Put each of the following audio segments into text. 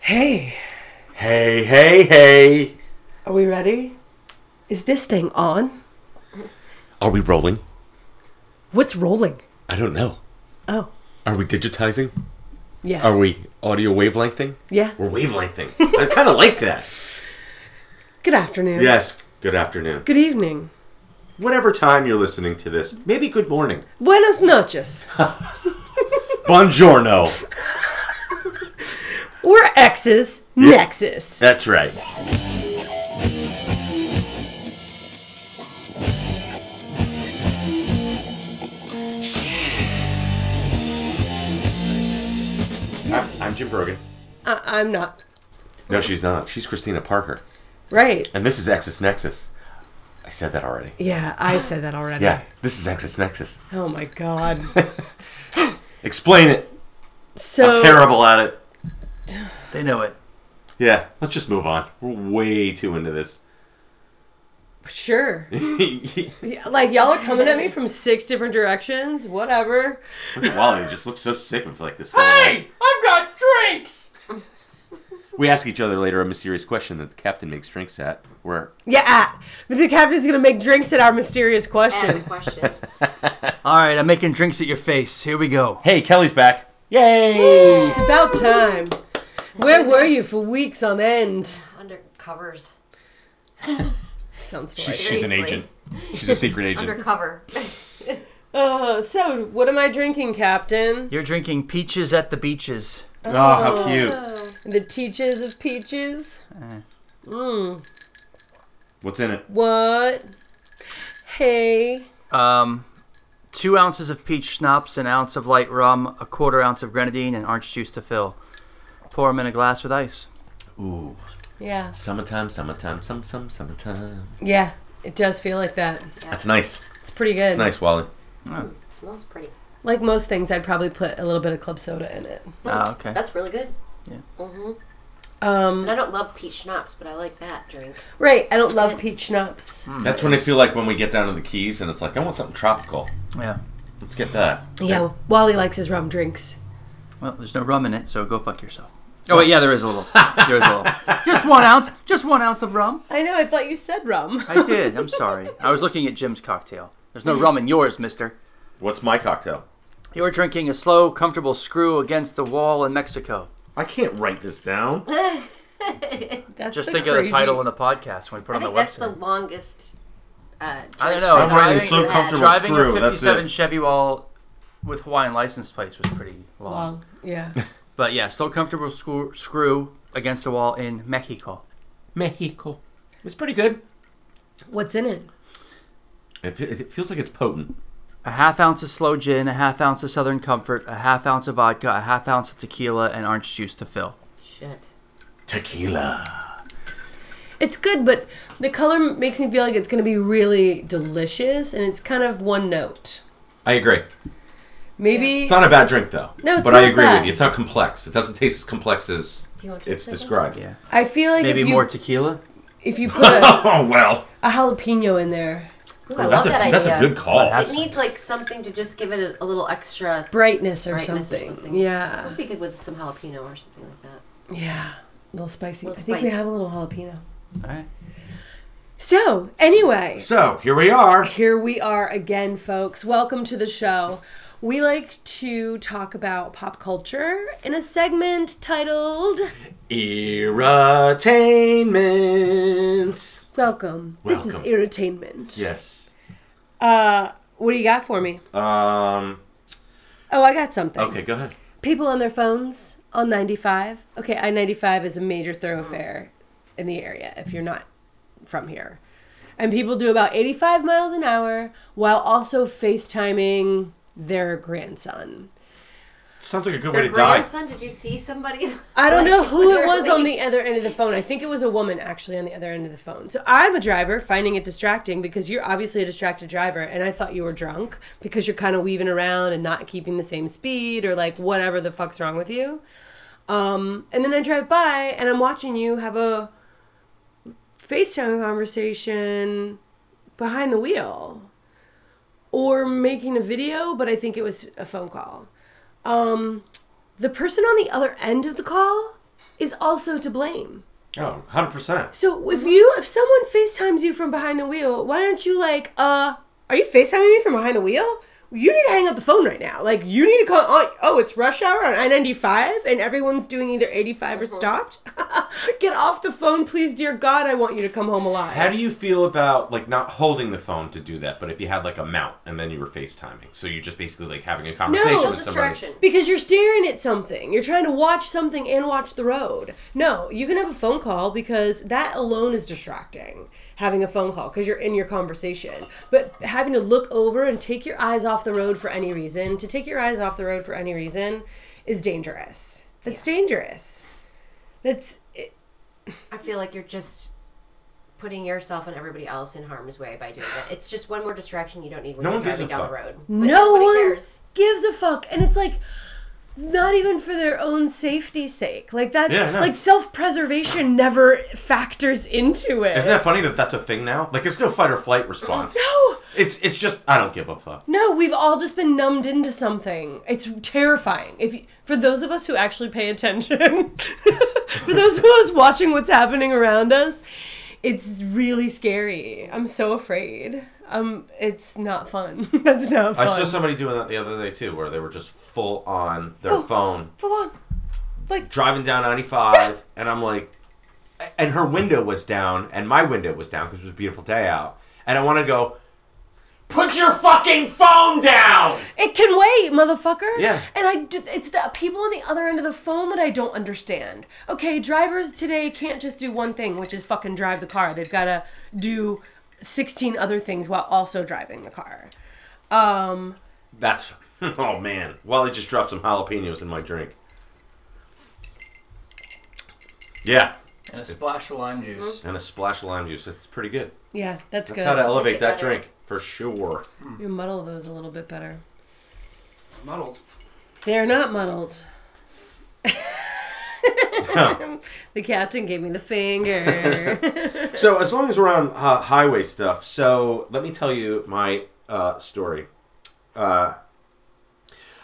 Hey, Hey, hey, hey. are we ready? Is this thing on? Are we rolling? What's rolling? I don't know. Oh, Are we digitizing? yeah. Are we audio wavelengthing? yeah. We're wavelengthing. I kind of like that. Good afternoon. Yes. Good afternoon. Good evening. Whatever time you're listening to this, maybe good morning. Buenas noches. Buongiorno. We're exes, nexus. That's right. I'm, I'm Jim Brogan. I- I'm not. No, she's not. She's Christina Parker. Right. And this is Exis Nexus. I said that already. Yeah, I said that already. Yeah, this is Exis Nexus. Oh my god. Explain it. Oh. So, Terrible at it. They know it. Yeah, let's just move on. We're way too into this. sure. Look Yeah, Like, y'all are coming at me from six different directions. Whatever. at Wally he just looks so sick of like this. whole- I've got drinks. We ask each other later a mysterious question that the captain makes drinks at. Where Yeah. ah. The captain's going to make drinks at our mysterious I have a question. question. All right, I'm making drinks at your face. Here we go. hey, Kelly's back. Yay! it's about time. Where were you for weeks on end? Under covers. Sounds She's, delicious. she's an Seriously. agent. She's a secret agent. Undercover. Uh, so, what am I drinking, Captain? You're drinking peaches at the beaches. Oh, how cute. The teaches of peaches. What's in it? What? Hey. Um, two ounces of peach schnapps, an ounce of light rum, a quarter ounce of grenadine, and orange juice to fill. Pour them in a glass with ice. Ooh, Yeah. summertime, summertime, some, some, summertime. Yeah. It does feel like that. That's nice. It's pretty good. It's nice, Wally. Smells pretty. Like most things, I'd probably put a little bit of club soda in it. Ah, okay. That's really good. Mm-hmm. Um, And I don't love peach schnapps, but I like that drink. right. I don't love peach schnapps. Mm. That's when I feel like when we get down to the keys and it's like I want something tropical. yeah. Let's get that. Yeah. Wally likes his rum drinks. Well, there's no rum in it, so go fuck yourself. Oh wait, yeah, there is a little. There is a little. Just one ounce. Just one ounce of rum. I know. I thought you said rum. I did. I'm sorry. I was looking at Jim's cocktail. There's no rum in yours, Mister. What's my cocktail? You were drinking a slow, comfortable screw against the wall in Mexico. I can't write this down. That's Just the think of crazy- the title in the podcast when we put it I on think the that's the website. longest. Uh, drink I don't know. I've Driving- ever so had. comfortable. Driving screw, a that's 57 it. Chevy wall with Hawaiian license plates was pretty long. Well, yeah. But yeah, still comfortable screw, screw against the wall in Mexico. Mexico. It's pretty good. What's in it? It, fe- it feels like it's potent. A half ounce of slow gin, a half ounce of Southern Comfort, a half ounce of vodka, a half ounce of tequila, and orange juice to fill. Shit. Tequila. It's good, but the color makes me feel like it's going to be really delicious, and it's kind of one note. I agree. Maybe It's not a bad drink though. No, it's but I not agree bad. with you. It's not complex. It doesn't taste as complex as Do you want to it's taste it? described. Yeah. I feel like Maybe if you, more tequila? if you put a, Oh well. a jalapeno in there, Ooh, I Well, love that's a that idea. that's a good call. It needs like something to just give it a, a little extra. brightness or, Brightness or something. something. Yeah, Would be good with some jalapeno or something like that. yeah, a little spicy. Little I think we spice. have a little jalapeno. All right. So anyway, So here we are. here we are again, folks. Welcome to the show. We like to talk about pop culture in a segment titled Irritainment. "Welcome." This is Welcome. irritainment. Yes. Uh, what do you got for me? Um. Oh, I got something. Okay, go ahead. people on their phones on 95. Okay, I 95 is a major thoroughfare in the area if you're not from here. And people do about 85 miles an hour while also FaceTiming their grandson. Sounds like a good Their way to die. grandson? Did you see somebody? I don't know Like, who it was on literally. the other end of the phone. I think it was a woman actually on the other end of the phone. So I'm a driver finding it distracting because you're obviously a distracted driver and I thought you were drunk because you're kind of weaving around and not keeping the same speed or like whatever the fuck's wrong with you. Um, and then I drive by and I'm watching you have a FaceTime conversation behind the wheel or making a video, but I think it was a phone call. Um, the person on the other end of the call is also to blame. Oh, 100%. So if you if someone FaceTimes you from behind the wheel, why aren't you like, uh, are you FaceTiming me from behind the wheel? You need to hang up the phone right now. Like you need to call oh, oh it's rush hour on I ninety five and everyone's doing either eighty five or stopped. Get off the phone, please, dear God, I want you to come home alive. How do you feel about like not holding the phone to do that, but if you had like a mount and then you were FaceTiming? So you're just basically like having a conversation No. Still with somebody. distraction. Because you're staring at something. You're trying to watch something and watch the road. No, you can have a phone call because that alone is distracting. Having a phone call because you're in your conversation. But having to look over and take your eyes off the road for any reason, to take your eyes off the road for any reason is dangerous. That's dangerous. That's it, I feel like you're just putting yourself and everybody else in harm's way by doing that. It's just one more distraction you don't need when No you're one gives driving a down the fuck. road. But no nobody one cares. gives a fuck. And it's like not even for their own safety sake. Like that's Yeah, I know. like self-preservation never factors into it. Isn't that funny that that's a thing now? Like, it's no fight or flight response. No, It's it's just I don't give a fuck. no, we've all just been numbed into something. It's terrifying. If you, for those of us who actually pay attention, for those of us watching what's happening around us, it's really scary. I'm so afraid. Um, it's not fun. That's not I fun. saw somebody doing that the other day too, where they were just full on their Full- phone Full on. Like driving down 95, and I'm like, and her window was down, and my window was down because it was a beautiful day out, and I want to go. Put your fucking phone down. It can wait, motherfucker. Yeah. And I, do, it's the people on the other end of the phone that I don't understand. Okay, drivers today can't just do one thing, which is fucking drive the car. They've got to do sixteen other things while also driving the car. Um, That's oh man. Wally just dropped some jalapenos in my drink. Yeah, And a splash of lime juice. and a splash of lime juice. It's pretty good. yeah, that's, That's good. how to it elevate that better. drink for sure. you muddle those a little bit better. Muddled. They're not muddled. the captain gave me the finger. So as long as we're on uh, highway stuff, so let me tell you my uh, story. Uh,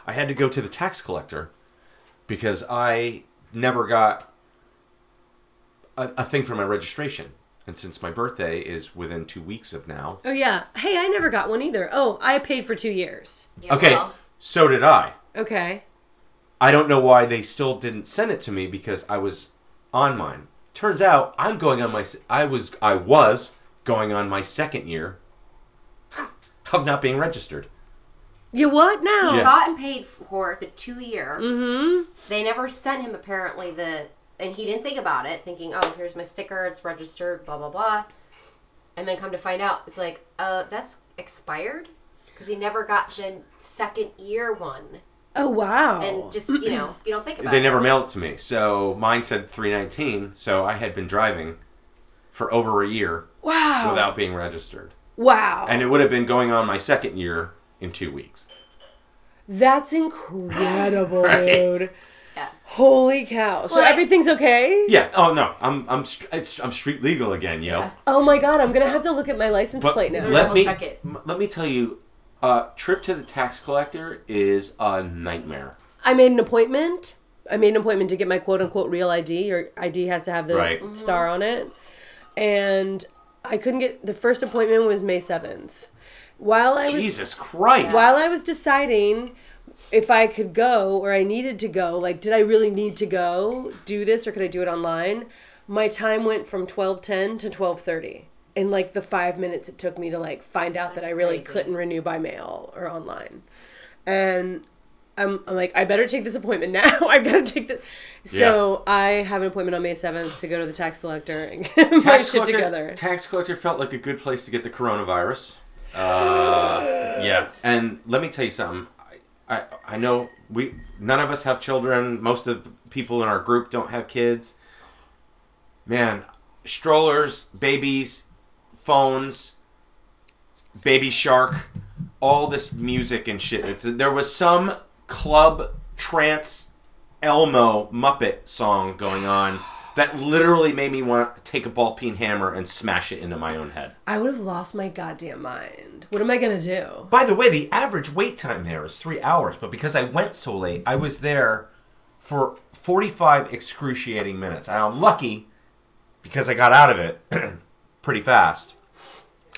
I had to go to the tax collector because I never got a, a thing for my registration, and since my birthday is within two weeks of now, oh yeah. Hey, I never got one either. Oh, I paid for two years. Yeah, okay, well, so did I. Okay. I don't know why they still didn't send it to me because I was on mine. Turns out I'm going on my s- I was I was going on my second year of not being registered. You what now? he got and paid for the two year. Mm-hmm. They never sent him apparently the, and he didn't think about it, thinking, oh, here's my sticker, it's registered, blah blah blah, and then come to find out, it's like, uh, that's expired, because he never got the second year one, Oh wow! and just you know, you don't think about They it. never mailed it to me. So mine said 319, so I had been driving for over a year wow! without being registered. wow! And it would have been going on my second year in 2 weeks. That's incredible, dude. Yeah. Holy cow! So Well, I- everything's okay? Yeah, oh no. I'm I'm str- it's- I'm street legal again, yo. Yeah. Oh my god! I'm gonna have to look at my license But plate now. Let- Double me check it. m- let me tell you, uh, trip to the tax collector is a nightmare. I made an appointment. I made an appointment to get my quote unquote real ID. Your ID has to have the Right. Mm-hmm. Mhm. star on it. And I couldn't get the first appointment was May seventh. While I was Jesus Christ! while I was deciding if I could go or I needed to go, like, did I really need to go do this or could I do it online? My time went from twelve ten to twelve thirty. In like the five minutes it took me to like find out that I really crazy. couldn't renew by mail or online, and I'm, I'm like I better take this appointment now. I gotta take this. So I have an appointment on May seventh to go to the tax collector and get my tax shit collector, together. Tax collector felt like a good place to get the coronavirus. Uh, yeah, and let me tell you something. I, I I know we none of us have children. Most of the people in our group don't have kids. Man, strollers, babies, phones, Baby Shark, all this music and shit. It's, there was some club trance Elmo Muppet song going on that literally made me want to take a ball peen hammer and smash it into my own head. I would have lost my goddamn mind. What am I gonna do? By the way, the average wait time there is three hours, but because I went so late, I was there for 45 excruciating minutes. And I'm lucky because I got out of it pretty fast.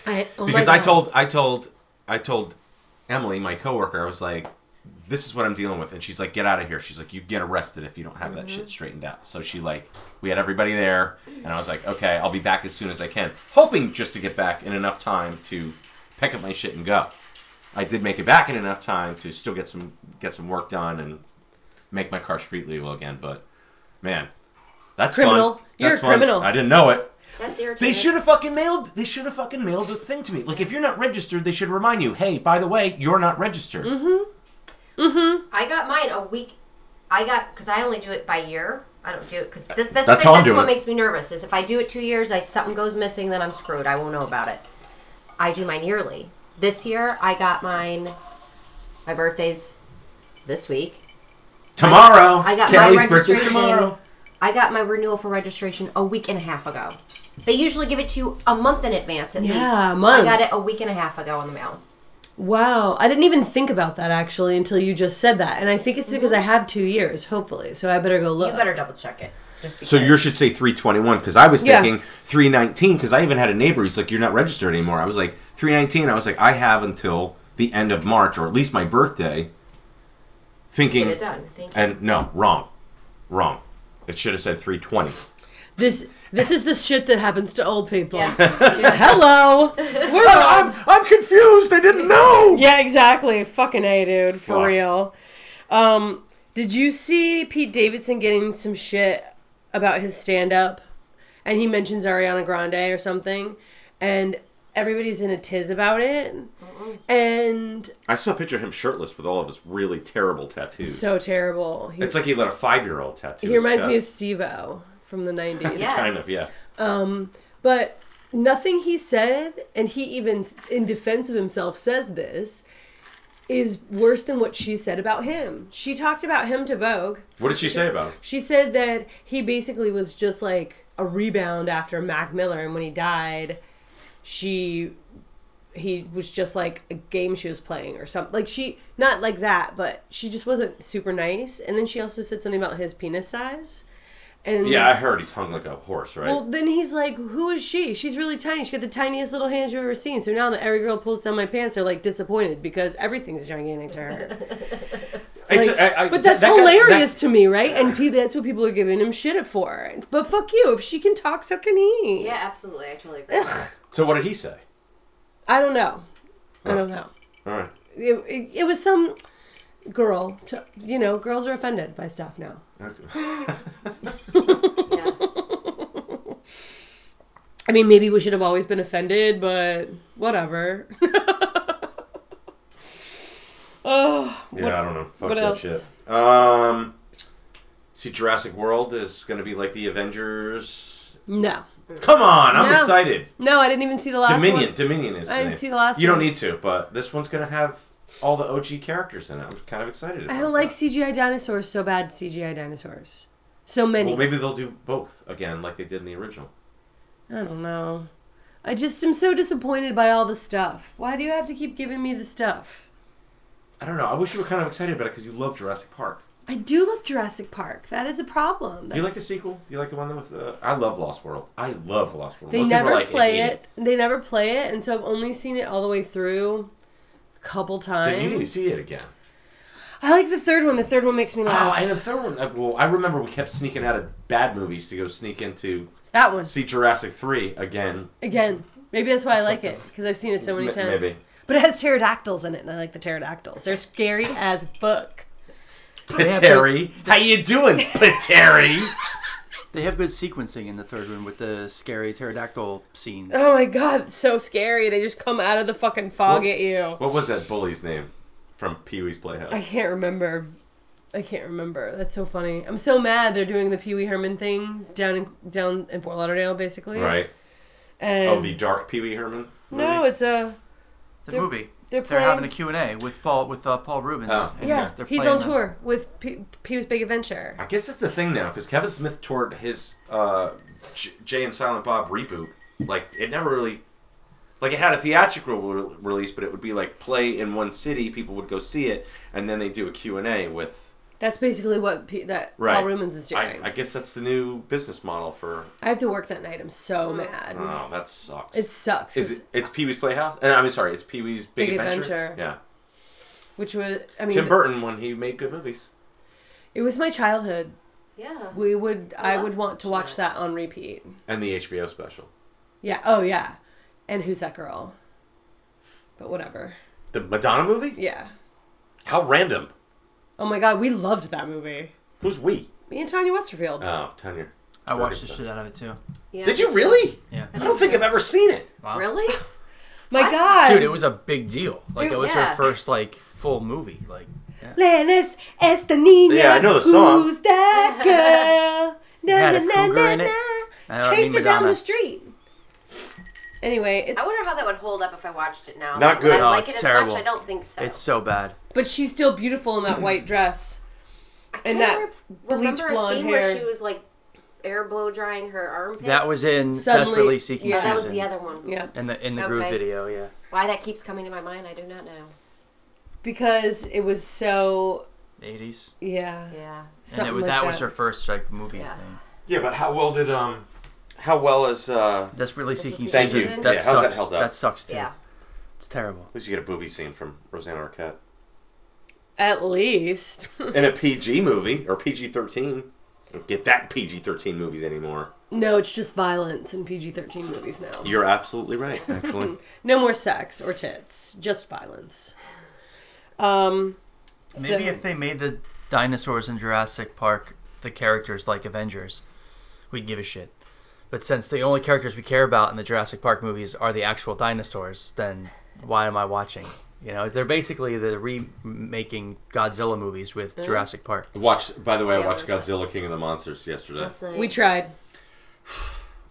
I, oh my Because I God. told I told I told Emily, my coworker, I was like, "This is what I'm dealing with," and she's like, "Get out of here." She's like, "You get arrested if you don't have that Mm-hmm. shit straightened out." So she like, we had everybody there, and I was like, "Okay, I'll be back as soon as I can," hoping just to get back in enough time to pick up my shit and go. I did make it back in enough time to still get some get some work done and make my car street legal again. But man, that's fun. Criminal. You're a That's fun. criminal. I didn't know it. That's irritating. They should have fucking mailed. They should have fucking mailed a thing to me. Like if you're not registered, they should remind you. Hey, by the way, you're not registered. Mm-hmm. I got mine a week. I got because I only do it by year. I don't do it because that's that's, That's the, how I'm that's doing what it. makes me nervous. Is if I do it two years, like something goes missing, then I'm screwed. I won't know about it. I do mine yearly. This year, I got mine. My birthday's this week. Tomorrow, I got my Kelly's birthday registration. tomorrow. I got my renewal for registration a week and a half ago. They usually give it to you a month in advance at Yeah, least. a month. I got it a week and a half ago in the mail. Wow, I didn't even think about that actually until you just said that, and I think it's because I have two years, hopefully. So I better go look. Mm-hmm. You better double check it. Just So because. yours should say 321 because I was Yeah. thinking 319 because I even had a neighbor who's like, "You're not registered anymore." I was like, "319." I was like, "I have until the end of March or at least my birthday." Thinking get it done. Thank you. and no, wrong, wrong. It should have said 320. This this is the shit that happens to old people. yeah. Yeah. Hello, we're I'm, old. I'm confused. I didn't know. Oh, Yeah, exactly. Fucking a dude, for Fuck. real. Um, did you see Pete Davidson getting some shit about his stand up? And he mentions Ariana Grande or something, and everybody's in a tiz about it. And I saw a picture of him shirtless with all of his really terrible tattoos. so terrible. He, It's like he let a five-year-old tattoo. he reminds me of Steve O from the 90s. Yeah. kind of yeah. But nothing he said, and he even in defense of himself says this, is worse than what she said about him. She talked about him to Vogue. What did she say about him? She said that he basically was just like a rebound after Mac Miller, and when he died, she he was just like a game she was playing or something. Like she not like that, but she just wasn't super nice. And then she also said something about his penis size. And Yeah, I heard he's hung like a horse, right? well, then he's like, "Who is she? She's really tiny. She got the tiniest little hands you've ever seen." So now that every girl pulls down my pants, they're like disappointed because everything's gigantic to her. It's- Like, I- I- but that's that guy- hilarious that- to me, right? And P, that's what people are giving him shit for. But fuck you, if she can talk, so can he. yeah, absolutely. I totally agree. so what did he say? I don't know. I don't know. All right. It, it, it was some girl. To, you know, girls are offended by stuff now. yeah. I mean, maybe we should have always been offended, but whatever. oh, Yeah, what- I don't know. Fuck what that else? shit. Um, see, Jurassic World is going to be like the Avengers. no. Come on, I'm No. excited. No, I didn't even see the last Dominion, one. Dominion is. I the didn't name. see the last You don't one. need to, but this one's going to have all the OG characters in it. I'm kind of excited. About I don't like that. CGI dinosaurs so bad, CGI dinosaurs. So many. Well, maybe they'll do both again, like they did in the original. I don't know. I just am so disappointed by all the stuff. Why do you have to keep giving me the stuff? I don't know. I wish you were kind of excited about it because you love Jurassic Park. I do love Jurassic Park. That is a problem. Do you like the That's- sequel? Do you like the one with the? I love Lost World. I love Lost World. They Most people never like play hate it. They never play it, and so I've only seen it all the way through a couple times. Then you need to see it again. I like the third one. The third one makes me Oh, laugh. and the third one. uh, Well, I remember we kept sneaking out of bad movies to go sneak into that one see Jurassic Three again. again. Maybe that's why I like it because I've seen it so many M- times. maybe. But it has pterodactyls in it, and I like the pterodactyls. They're scary as fuck. Yeah, Pateri, how you doing, Pateri? They have good sequencing in the third one with the scary pterodactyl scenes. Oh my god, it's so scary. They just come out of the fucking fog Well- at you. what was that bully's name from Pee Wee's I Playhouse? can't remember. I can't remember. That's so funny. I'm so mad they're doing the Pee Wee Herman thing down in down in Fort Lauderdale, basically. Right. And Oh, the dark Pee Wee Herman. no, movie? it's a the they're- movie. they're having a playing- Q&A with Paul with uh, Paul Rubens. Oh. and yeah. they're He's playing on the- tour with Pee Pee Wee's Big Adventure. I guess that's the thing now because Kevin Smith toured his uh, J- Jay and Silent Bob reboot. Like it never really, like it had a theatrical re- release, but it would be like play in one city. People would go see it, and then they do a Q and A with That's basically what P- that Right. Paul Rumens is doing. I, I I, guess that's the new business model for. have to work that night. I'm so mad. Oh, that sucks. It sucks. 'cause- Is it, it's Pee Wee's Playhouse? And I mean, sorry, it's Pee Wee's Big, Big Adventure. Adventure. Yeah, Which was, I mean, Tim Burton when he made good movies. it was my childhood. Yeah. We would, I, love would want to watch that. that on repeat. And the HBO special. Yeah. Oh yeah. And who's that girl? But whatever. The Madonna movie? Yeah. How random. Oh my god, we loved that movie. Who's we? Me and Tanya Westerfield. Uh, Oh, Tanya. I watched the Ferguson. shit out of it too. Yeah. Did you really? Yeah. I don't think I've ever seen it. Wow. Really? my what? god. Dude, it was a big deal. Like it was Yeah. her first like full movie. Like yeah. Lenis Estanina. Yeah, I know the song. Who's that girl? Na, Had a cougar in it. I don't mean Chased her down Madonna. the street. Anyway, it's I wonder how that would hold up if I watched it now. Not Would good. I No, like it's it as terrible. much? I don't think so. It's so bad. but she's still beautiful in that white dress. I and can't that re- bleach remember blonde a scene hair. where she was like air blow drying her armpits. That was in Suddenly- Desperately Seeking yeah. Oh, Susan. that was the other one. Yeah. in the in the groove Okay. video, yeah. Why that keeps coming to my mind, I do not know. because it was so Eighties. yeah. Yeah. Something and it was, like that, was her first like movie Yeah. thing. Yeah, but how well did um, how well is uh? At Desperately Seeking Thank Susan. you. That Yeah, how's sucks. that held up? sucks too. Yeah. It's terrible. least you get a booby scene from Rosanna Arquette At least. in a PG movie or PG thirteen. Don't get that PG thirteen movies anymore. no, it's just violence in PG thirteen movies now. You're absolutely right. Actually, No more sex or tits, just violence. Um, Maybe so- if they made the dinosaurs in Jurassic Park the characters like Avengers, we'd give a shit. But since the only characters we care about in the Jurassic Park movies are the actual dinosaurs, then why am I watching? You know, they're basically the remaking Godzilla movies with Jurassic Park. watch. By the way, I Yeah, watched what was Godzilla King of the Monsters yesterday. Last night. we tried.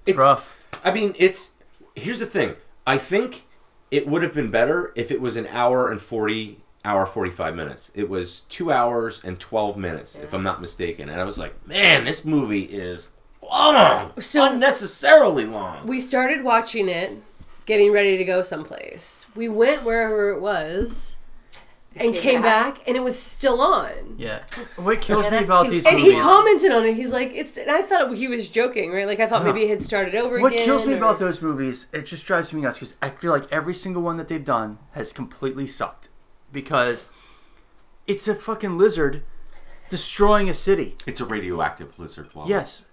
It's Rough. I mean, it's here's the thing. I think it would have been better if it was an hour and forty hour forty five minutes. It was two hours and twelve minutes, if I'm not mistaken. And I was like, man, this movie is long, So- unnecessarily long. We started watching it, getting ready to go someplace. We went wherever it was, and came, Came back. back. and it was still on. Yeah. What kills Yeah, me that's about too- these And movies? he commented on it. He's like, "It's," and I thought he was joking, right? Like I thought maybe it had started over What again. kills me or- about those movies, it just drives me nuts because I feel like every single one that they've done has completely sucked because it's a fucking lizard destroying a city. It's a radioactive lizard. Wallace. Yes.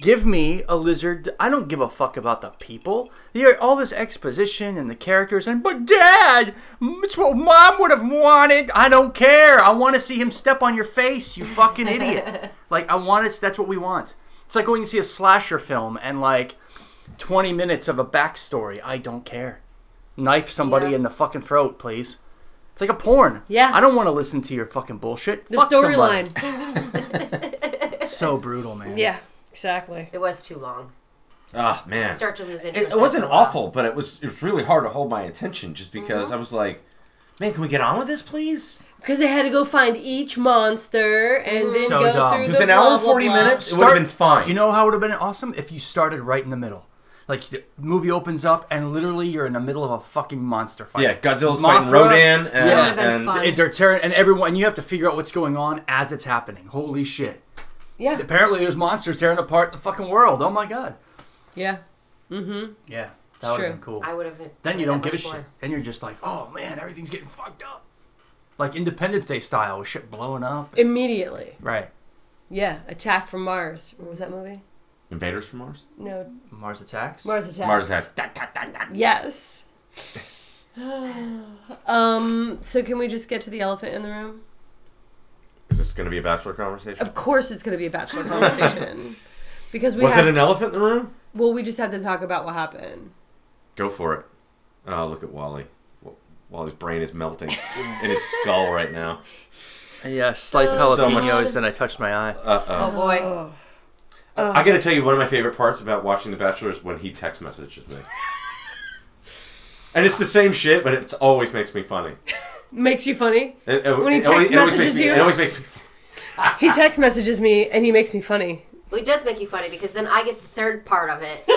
Give me a lizard. I don't give a fuck about the people. There all this exposition and the characters and but dad, it's what mom would have wanted. I don't care. I want to see him step on your face, you fucking idiot. like I want it. That's what we want. It's like going to see a slasher film and like 20 minutes of a backstory. I don't care. Knife somebody Yeah. in the fucking throat, please. It's like a porn. Yeah. I don't want to listen to your fucking bullshit. the Fuck somebody. storyline. It's so brutal, man. Yeah, exactly. It was too long. Oh man. Start to lose interest. it, it wasn't after a while. awful, but it was it was really hard to hold my attention just because Mm-hmm. I was like, man, can we get on with this, please? Because they had to go find each monster and then So go dumb. through It was the an hour blah, and blah, 40 blah. minutes. It would've been fine. You know how it would have been awesome if you started right in the middle. Like the movie opens up and literally you're in the middle of a fucking monster fight. Yeah, Godzilla's Mothra- fighting Rodan, and, would've been and fun. It- They're tearing and everyone. And you have to figure out what's going on as it's happening. Holy shit! Yeah, Apparently, there's monsters tearing apart the fucking world. Oh my god. yeah. Yeah, that would true. have been cool. I would have. Then you don't give a more. shit. Then you're just like, oh man, everything's getting fucked up. Like Independence Day style, with shit blowing up. Immediately. Right. Yeah, Attack from Mars. What was that movie? Invaders from Mars. No, Mars attacks. Mars Attacks. Mars has Yes. um. So can we just get to the elephant in the room? Is this going to be a bachelor conversation? Of course, it's going to be a bachelor conversation because we Was have, it an elephant in the room? well, we just have to talk about what happened. Go for it. Oh, look at Wally. Wa- Wally's brain is melting in his skull right now. Yeah, slice So much- jalapenos, and I touched my eye. Oh boy. Oh. I got to tell you, one of my favorite parts about watching The Bachelor is when he text messages me. And it's the same shit, but it always makes me funny. Makes you funny. It, it- When he it always- text it always messages makes me- you? it always makes me. funny. Ah. He text messages me and he makes me funny. Well, it does make you funny because then I get the third part of it, so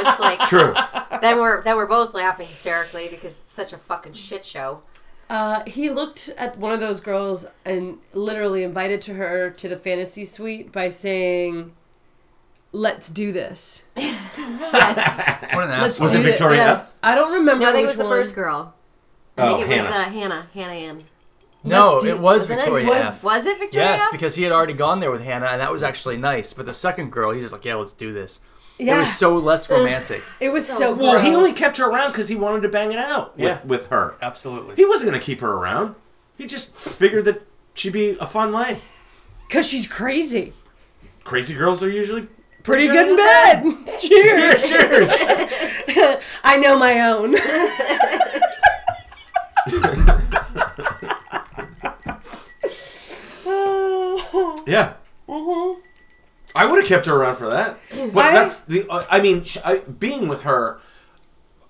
it's like True. then we're then we're both laughing hysterically because it's such a fucking shit show. Uh, he looked at one of those girls and literally invited to her to the fantasy suite by saying, "Let's do this." Yes. What an Let's asshole. Was do it thi- Victoria yeah. F? I don't remember. no, I think it which was the one. first girl. I Oh, think it Hannah. was uh, Hannah. Hannah Ann. No, Let's do- it was Wasn't Victoria it? Was, F. was it Victoria yes, F? because he had already gone there with Hannah, and that was actually nice. But the second girl, he's just like, yeah, let's do this. It Yeah, was so less romantic. it was so. so- Well, he gross. only kept her around because he wanted to bang it out with, Yeah. with her. Absolutely. He wasn't going to keep her around. He just figured that she'd be a fun lay. Cause she's crazy. Crazy girls are usually Pretty good in bed. Cheers. cheers. I know my own. Oh. yeah. Mm-hmm. I would have kept her around for that. But I- that's the. Uh, I mean, sh I, being with her,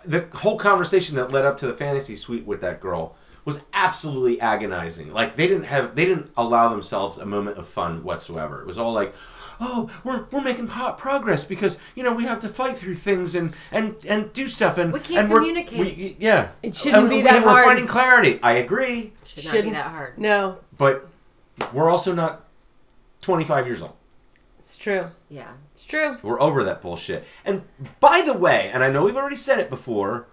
the whole conversation that led up to the fantasy suite with that girl was absolutely agonizing. Like they didn't have, they didn't allow themselves a moment of fun whatsoever. It was all like, oh, we're, we're making po- progress because you know we have to fight through things and and and do stuff and We can't and we're- communicate. we- yeah, It shouldn't And be we- that we're hard. finding clarity. I agree, Should not be Shouldn't- that hard. No, but we're also not twenty five years old. it's true. Yeah. It's true. We're over that bullshit. And by the way, and I know we've already said it before,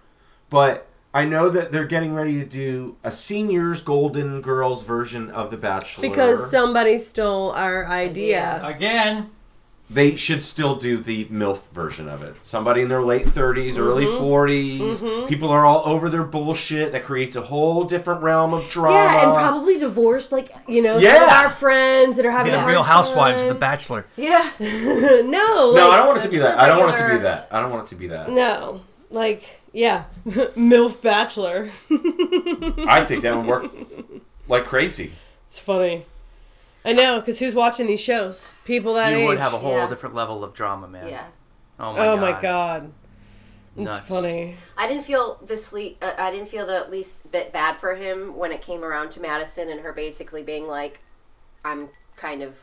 but I know that they're getting ready to do a seniors golden girls version of The Bachelor. Because somebody stole our idea. Again. they should still do the MILF version of it. Somebody in their late 30s, early Mm-hmm. 40s. People are all over their bullshit. That creates a whole different realm of drama. Yeah, and probably divorced, like you know, some of Yeah. our friends that are having a The hard Real Housewives, The time. Bachelor. Yeah. no, No, I like- don't want it to be Just a that. I don't want it to be regular- that. I don't want it to be that. No, like yeah, milf bachelor. I think that would work like crazy. It's funny. I know, because who's watching these shows? People that You age. would have a whole Yeah. different level of drama, man. Yeah. Oh my oh god. my god, it's Nuts. funny. I didn't feel the sleep. Uh, I didn't feel the least bit bad for him when it came around to Madison and her basically being like, "I'm kind of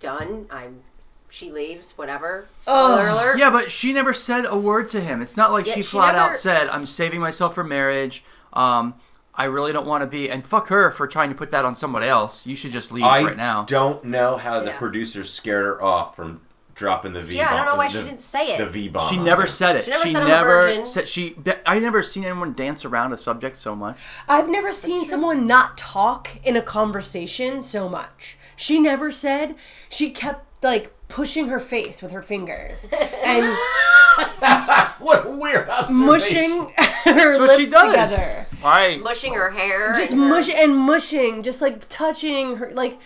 done. I'm." She leaves. Whatever. Spoiler alert. Oh, Yeah, but she never said a word to him. It's not like she she flat never- out said, "I'm saving myself for marriage." Um, I really don't want to be, and fuck her for trying to put that on someone else. You should just leave I right now. don't know how the Yeah. producers scared her off from dropping the V. Yeah, I don't know why the, she didn't say it. The V bomb. She never said it. She never She said I'm a never virgin. said she. I never seen anyone dance around a subject so much. I've never seen someone not talk in a conversation so much. She never said. She kept like pushing her face with her fingers and What a weird observation. mushing her That's what lips she does. together. Right. Mushing her hair. just and her- mush and mushing, just like touching her. Like,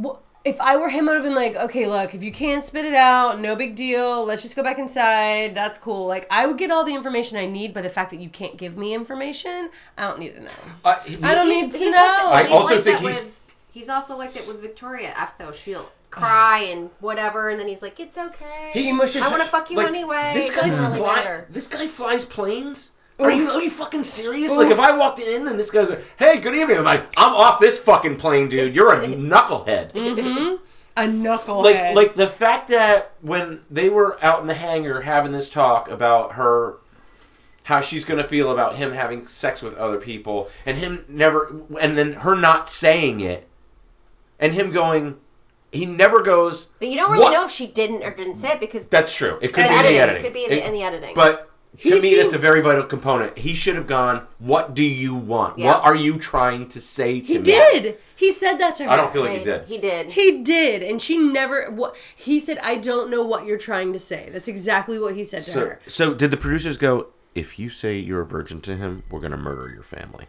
wh- if I were him, I'd have been like, okay, look, if you can't spit it out, no big deal. Let's just go back inside. That's cool. Like, I would get all the information I need, but the fact that you can't give me information, I don't need to know. I, I don't He's- need to know. he's like that- I he's also think like that he's- With, he's also like that with Victoria F though. She'll cry and whatever, and then he's like, "It's okay. She mushes- I want to fuck you like, anyway." This It guy doesn't really fly, matter. This guy flies planes. Are you are you fucking serious? Like if I walked in and this guy's like, "Hey, good evening," I'm like, "I'm off this fucking plane, dude. You're a knucklehead." Mm. A knucklehead. like like the fact that when they were out in the hangar having this talk about her how she's going to feel about him having sex with other people and him never and then her not saying it and him going he never goes But you don't really What? know if she didn't or didn't say it because that's true it could The be in editing. the It editing could be in the- in the editing. but to He me seemed- that's a very vital component he should have gone what do you want Yeah. what are you trying to say to he me did. He said that to her. i don't feel like he Wait, did He did. He did, and she never. What he said, I don't know what you're trying to say. That's exactly what he said to So, her. so did the producers go? If you say you're a virgin to him, we're gonna murder your family.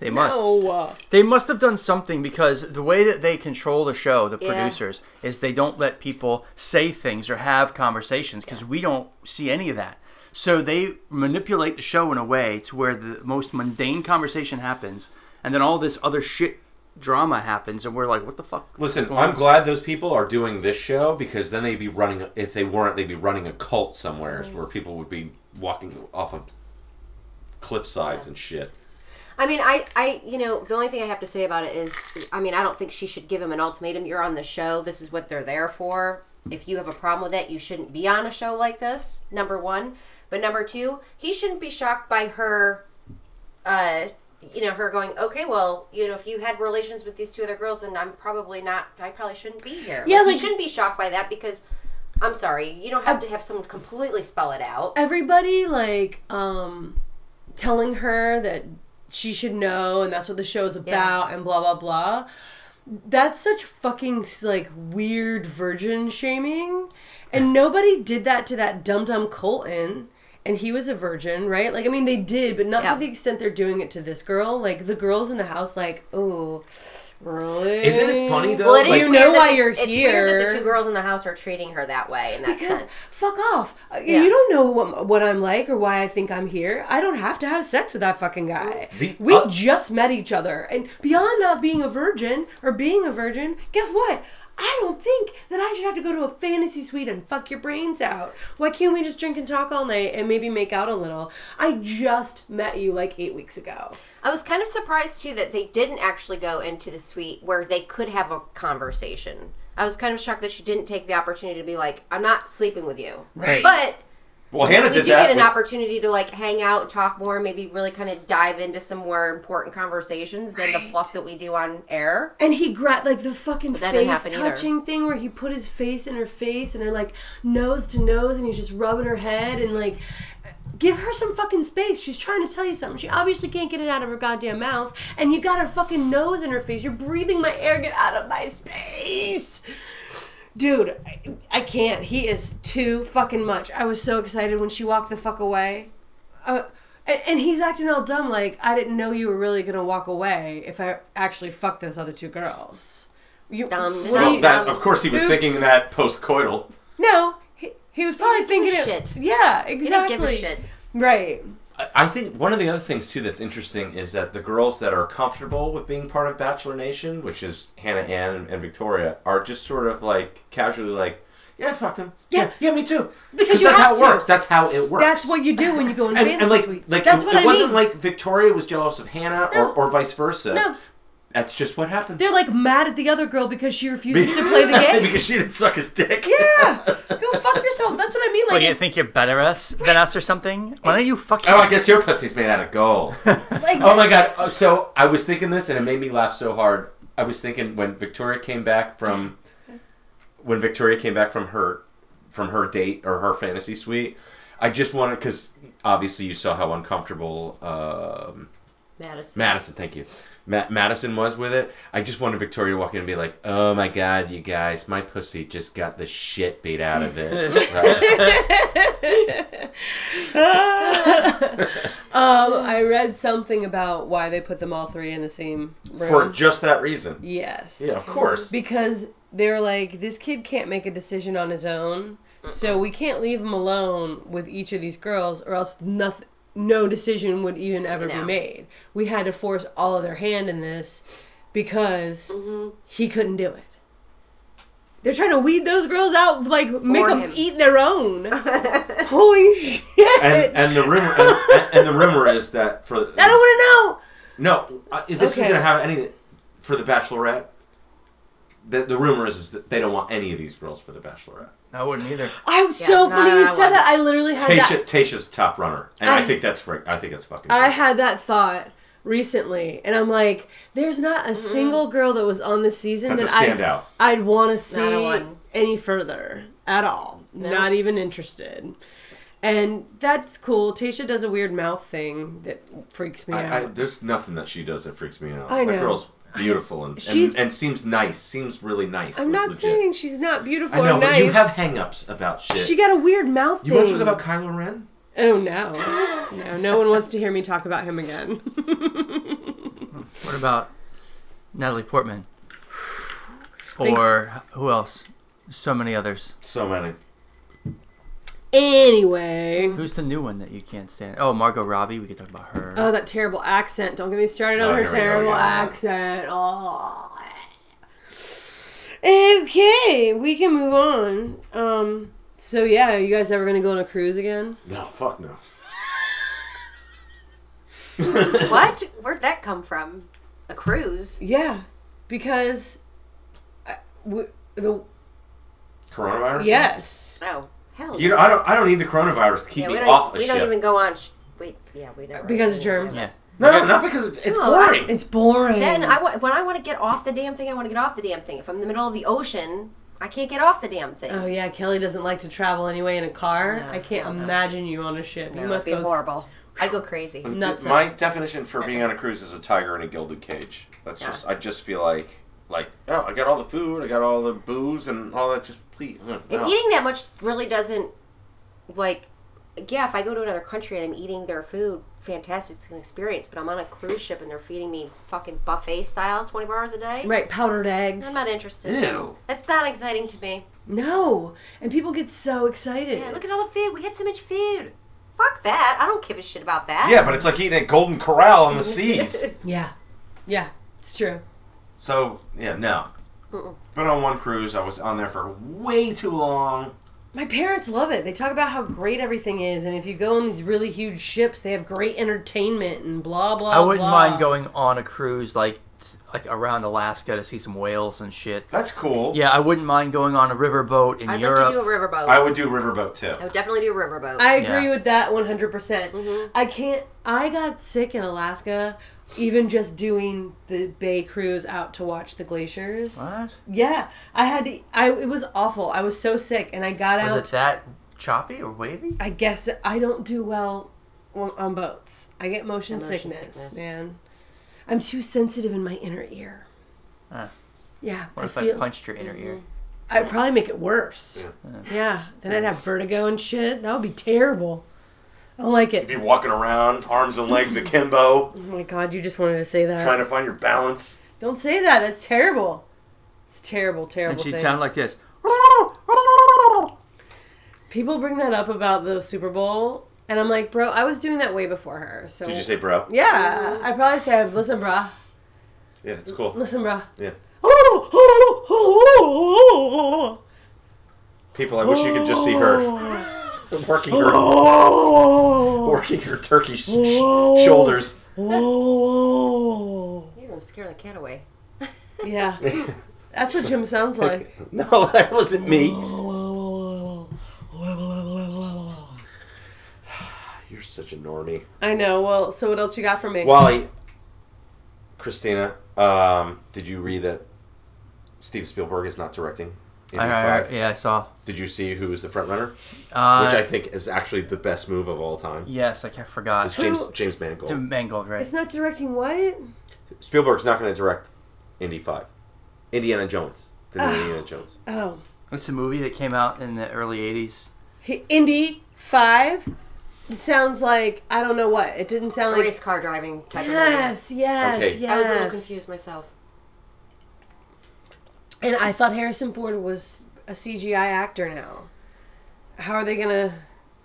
They must. Oh, uh, They must have done something because the way that they control the show, the Yeah. producers, is they don't let people say things or have conversations because we don't see any of that. So they manipulate the show in a way to where the most mundane conversation happens, and then all this other shit drama happens, and we're like, what the fuck? Listen, What's going I'm on? glad those people are doing this show because then they'd be running. If they weren't, they'd be running a cult somewhere where people would be walking off of cliff sides and shit. I mean, I, I, you know, the only thing I have to say about it is, I mean, I don't think she should give him an ultimatum. You're on the show. This is what they're there for. If you have a problem with it, you shouldn't be on a show like this. Number one, but number two, he shouldn't be shocked by her, uh, you know, her going, okay, well, you know, if you had relations with these two other girls, then I'm probably not, I probably shouldn't be here. Yeah, Yeah, like, you like- shouldn't be shocked by that because I'm sorry, you don't have to have someone completely spell it out. everybody like um telling her that she should know and that's what the show's about and blah blah blah that's such fucking like weird virgin shaming and nobody did that to that dum dum colton and he was a virgin right like i mean they did but not Yeah. to the extent they're doing it to this girl like the girls in the house like oh really Isn't it funny though? Well, it is Like, you weird know that why the- you're it's weird that here. the two girls in the house are treating her that way in that Because sense. fuck off. Uh, Yeah. You don't know what, what I'm like or why I think I'm here. I don't have to have sex with that fucking guy. The- we uh- just met each other. And beyond not being a virgin or being a virgin, guess what? I don't think that I should have to go to a fantasy suite and fuck your brains out. Why can't we just drink and talk all night and maybe make out a little? I just met you like eight weeks ago. I was kind of surprised too that they didn't actually go into the suite where they could have a conversation. I was kind of shocked that she didn't take the opportunity to be like, "I'm not sleeping with you," Right. But well, Hannah we did do that. get an with- opportunity to like hang out, talk more, maybe really kind of dive into some more important conversations than the fluff that we do on air. And he grabbed like the fucking that didn't face happen either. touching thing where he put his face in her face and they're like nose to nose and he's just rubbing her head and like give her some fucking space. She's trying to tell you something. She obviously can't get it out of her goddamn mouth and you got her fucking nose in her face. You're breathing my air. Get out of my space. Dude, I, I can't. He is too fucking much. I was so excited when she walked the fuck away. Uh, and, and he's acting all dumb, like I didn't know you were really gonna walk away if I actually fucked those other two girls. You, Dumb. what do Well, you- that, of course, he was Um, Oops. thinking that post-coital. no, he, he was probably didn't give thinking a it. shit. Yeah, He exactly. didn't give a shit. Right. I- I think one of the other things too that's interesting is that the girls that are comfortable with being part of Bachelor Nation, which is Hannah Ann and, and Victoria, are just sort of like casually like, yeah, fuck them, yeah, Yeah. yeah, me too, Because you that's how have it to. works. That's how it works. That's what you do when you go in And, fantasy and like, suites. like That's it, what it I wasn't mean. like Victoria was jealous of Hannah No. or, or vice versa. No. That's just what happened. They're like mad at the other girl because she refuses to play the game. because she didn't suck his dick. yeah, go fuck yourself. That's what I mean. Like, What, you it's- think you're better us than us or something? Why don't you fucking? Oh, I guess your pussy's made out of gold. like Oh my god! Oh, So I was thinking this, and it made me laugh so hard. I was thinking when Victoria came back from when Victoria came back from her from her date or her fantasy suite. I just wanted because obviously you saw how uncomfortable um, Madison. Madison. Thank you, Ma- Madison was with it. I just wanted Victoria to walk in and be like, "Oh my god, you guys, my pussy just got the shit beat out of it." Right? Um, I read something about why they put them all three in the same room. For just that reason. yes. Yeah, of course. Because they were like, this kid can't make a decision on his own, so we can't leave him alone with each of these girls, or else nothing, no decision would even ever No. be made. We had to force all of their hand in this because Mm-hmm. he couldn't do it. They're trying to weed those girls out, like make them him. eat their own. Holy shit! And, and the rumor and, and- and the rumor is that for I don't want to know. no, uh, this Okay. is gonna have any for the Bachelorette. The, the rumor is, is that they don't want any of these girls for the Bachelorette. I wouldn't either. I was so no, funny no, you no, I said that. I literally had that. Tasha, Tasha's top runner, and I, I- think that's frick. I think that's fucking. I great. had that thought recently, and I'm like, there's not a single girl that was on this season That's that a I'd, standout. I'd want to Not a see one. any further at all. Not even interested. And that's cool. Tasha does a weird mouth thing that freaks me I, I, out. there's nothing that she does that freaks me out. I That know. girl's beautiful and, She's- and and seems nice. Seems really nice. I, am like, not legit. saying she's not beautiful I know, or but nice. you have hangups about shit. she got a weird mouth you thing. want to talk about Kylo Ren? oh no, no, no one wants to hear me talk about him again. What about Natalie Portman? Or who else? So many others. So many. anyway, Who's the new one that you can't stand? Oh, Margot Robbie. We could talk about her. Oh, that terrible accent. Don't get me started on Oh, her here we go terrible again. accent. Oh. Okay, we can move on. Um, so yeah, you guys ever gonna go on a cruise again? No, fuck no. What? Where'd that come from? A cruise? Yeah, because I- w- the Coronavirus. yes, Oh, hell. You know, I don't. I don't need the coronavirus to keep yeah, me we don't, off a we ship. don't even go on. Sh- wait, yeah, we never. because of actually- germs. Yeah. No, not because it's, it's No, I- boring. It's boring. Then I want when I want to get off the damn thing, I want to get off the damn thing. If I'm in the middle of the ocean, I can't get off the damn thing. Oh yeah, Kelly doesn't like to travel anyway in a car. No, I can't no, no. imagine you on a ship. No, you it'd must be go s- horrible. I'd go crazy. Nuts My definition for being on a cruise is a tiger in a gilded cage. That's just I just feel like like oh I got all the food, I got all the booze and all that. Just please. mm, And no. eating that much really doesn't like yeah, if I go to another country and I'm eating their food, fantastic, it's an experience. But I'm on a cruise ship and they're feeding me fucking buffet style twenty four hours a day. Right, powdered eggs. I'm not interested. Ew. That's not exciting to me. No, and people get so excited. Yeah, look at all the food. We had so much food. Fuck that. I don't give a shit about that. Yeah, but it's like eating at Golden Corral on the seas. yeah, yeah, it's true. so yeah, no. Been on one cruise. I was on there for way too long. My parents love it. They talk about how great everything is, and if you go on these really huge ships, they have great entertainment and blah blah. I wouldn't blah. mind going on a cruise like like around Alaska to see some whales and shit. That's cool. Yeah, I wouldn't mind going on a riverboat in I'd Europe. like to do a riverboat. I I would do riverboat too. would definitely do a riverboat. I agree Yeah. with that 100%. percent I can't, I got sick in Alaska even just doing the bay cruise out to watch the glaciers. What? Yeah. I had to, I, it was awful. I was so sick and I got Was out. it that choppy or wavy? I guess I don't do well on on boats. I get motion, Yeah, motion sickness, sickness. man. I'm too sensitive in my inner ear. Ah. Yeah. What I if I feel, punched your inner Mm-hmm. ear? I'd probably make it worse. Yeah. Then I'd have vertigo and shit. That would be terrible. I don't like it. Be walking around, arms and legs akimbo, Oh my god, you just wanted to say that. trying to find your balance. Don't say that. That's terrible. It's a terrible, terrible. And she'd thing. sound like this. People bring that up about the Super Bowl, and I'm like, bro, I was doing that way before her. So Did you say bro? Yeah, I probably said, listen, bruh, Yeah, it's cool. listen, bruh. Yeah. People, I wish you could just see her working her working her Turkish sh- sh- shoulders. You're gonna scare the cat away. Yeah, that's what Jim sounds like. No, that wasn't me. You're such a normie. I know. Well, so what else you got for me? Wally, Christina, um, did you read that Steve Spielberg is not directing? I- I- I- yeah, I saw. Did you see who is the frontrunner? Uh, Which I think is actually the best move of all time. yes, like I forgot. It's James James Mangold. To Mangold, right? It's not directing what? Spielberg's not going to direct Indy Five, Indiana Jones, the new Indiana Jones. Oh, It's a movie that came out in the early '80s. Hey, Indy Five it sounds like I don't know what. It didn't sound like. Race car driving type of Yes, yes, Okay. yes. movie. I was a little confused myself. And I thought Harrison Ford was a CGI actor now. How are they gonna?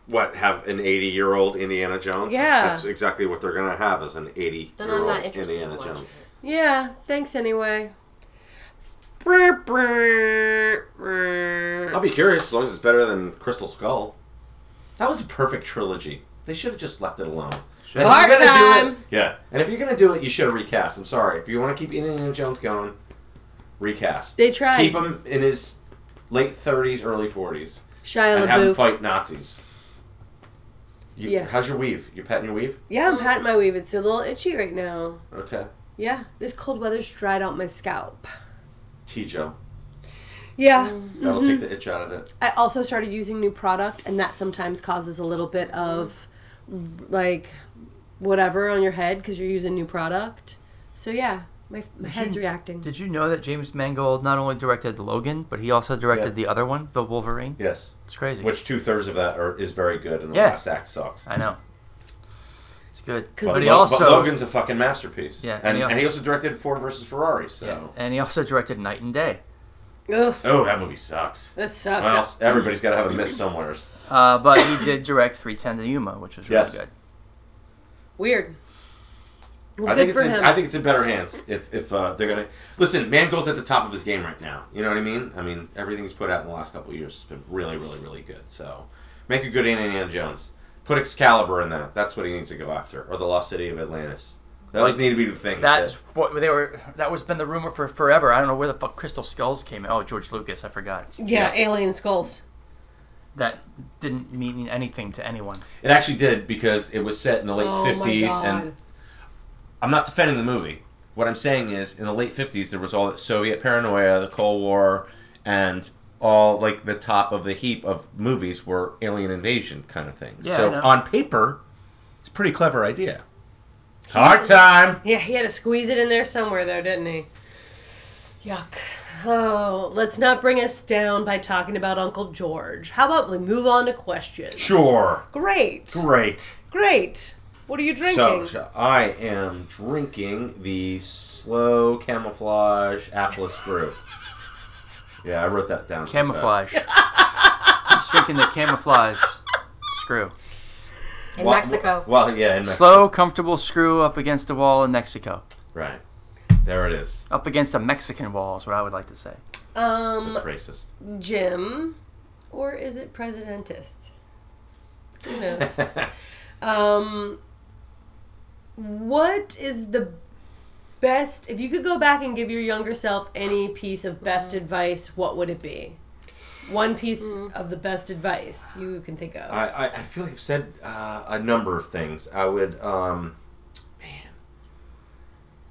What have an eighty-year-old Indiana Jones? Yeah. that's exactly what they're going to have is an Then I'm eighty-year-old not interested Indiana in watching Jones. it. Yeah. Thanks anyway. I'll be curious as long as it's better than Crystal Skull. That was a perfect trilogy. They should have just left it alone. And if Part you're gonna do it- time. yeah, and if you're gonna do it, you should have recast. I'm sorry. If you want to keep Indiana Jones going, recast. They tried. Keep him in his late 30s, early 40s, Shia and have him LaBeouf. fight Nazis. You, Yeah. How's your weave? You patting your weave? Yeah, I'm patting my weave. It's a little itchy right now. Okay. Yeah, this cold weather's dried out my scalp. T Joe. Yeah. Mm-hmm. That'll take the itch out of it. I also started using new product, and that sometimes causes a little bit of like whatever on your head because you're using new product. So yeah, my, my head's reacting. Did you know that James Mangold not only directed Logan, but he also Yeah. directed the other one, The Wolverine? Yes. It's crazy. Which two thirds of that are, is very good, and the Yeah. last act sucks. I know. It's good. 'Cause But he Lo- also Logan's a fucking masterpiece. Yeah, and, and he al- and he also directed Ford versus Ferrari. So Yeah, and he also directed Night and Day. Ugh, oh, that movie sucks. that sucks. Well, everybody's got to have a miss somewheres. Uh, but he did direct 310 to Yuma, which was really Yes. good. Weird. Well, I good think it's for in, him. I think it's in better hands if if uh, they're gonna listen. Mangold's at the top of his game right now. You know what I mean? I mean everything he's put out in the last couple of years has been really, really, really good. So make a good Indiana Jones. Put Excalibur in that. That's what he needs to go after, or the Lost City of Atlantis. Those need to be the things. That's that- what they were. That was been the rumor for forever. I don't know where the fuck Crystal Skulls came. Oh, George Lucas, I forgot. yeah, alien skulls. That didn't mean anything to anyone. it actually did because it was set in the late Oh my fifties god. and I'm not defending the movie. What I'm saying is, in the late '50s, there was all that Soviet paranoia, the Cold War, and all like the top of the heap of movies were alien invasion kind of things. Yeah, I so know. on paper, it's a pretty clever idea. Hard time. Yeah, he had to squeeze it in there somewhere, though, didn't he? Yuck. Oh, let's not bring us down by talking about Uncle George. How about we move on to questions? Sure. Great. Great. Great. What are you drinking? So, so I am drinking the slow camouflage Atlas brew. Yeah, I wrote that down. so Camouflage. He's drinking the camouflage screw. fast. In Well- Mexico. Well, yeah, in Mexico. Slow, comfortable screw up against the wall in Mexico. Right. There it is. Up against a Mexican wall is what I would like to say. um, That's racist. Jim, or is it Presidentist? Who knows? um, what is the best? If you could go back and give your younger self any piece of best Mm-hmm. advice, what would it be? One piece of the best advice you can think of. I, I, I feel like I've said uh, a number of things. I would, um, man,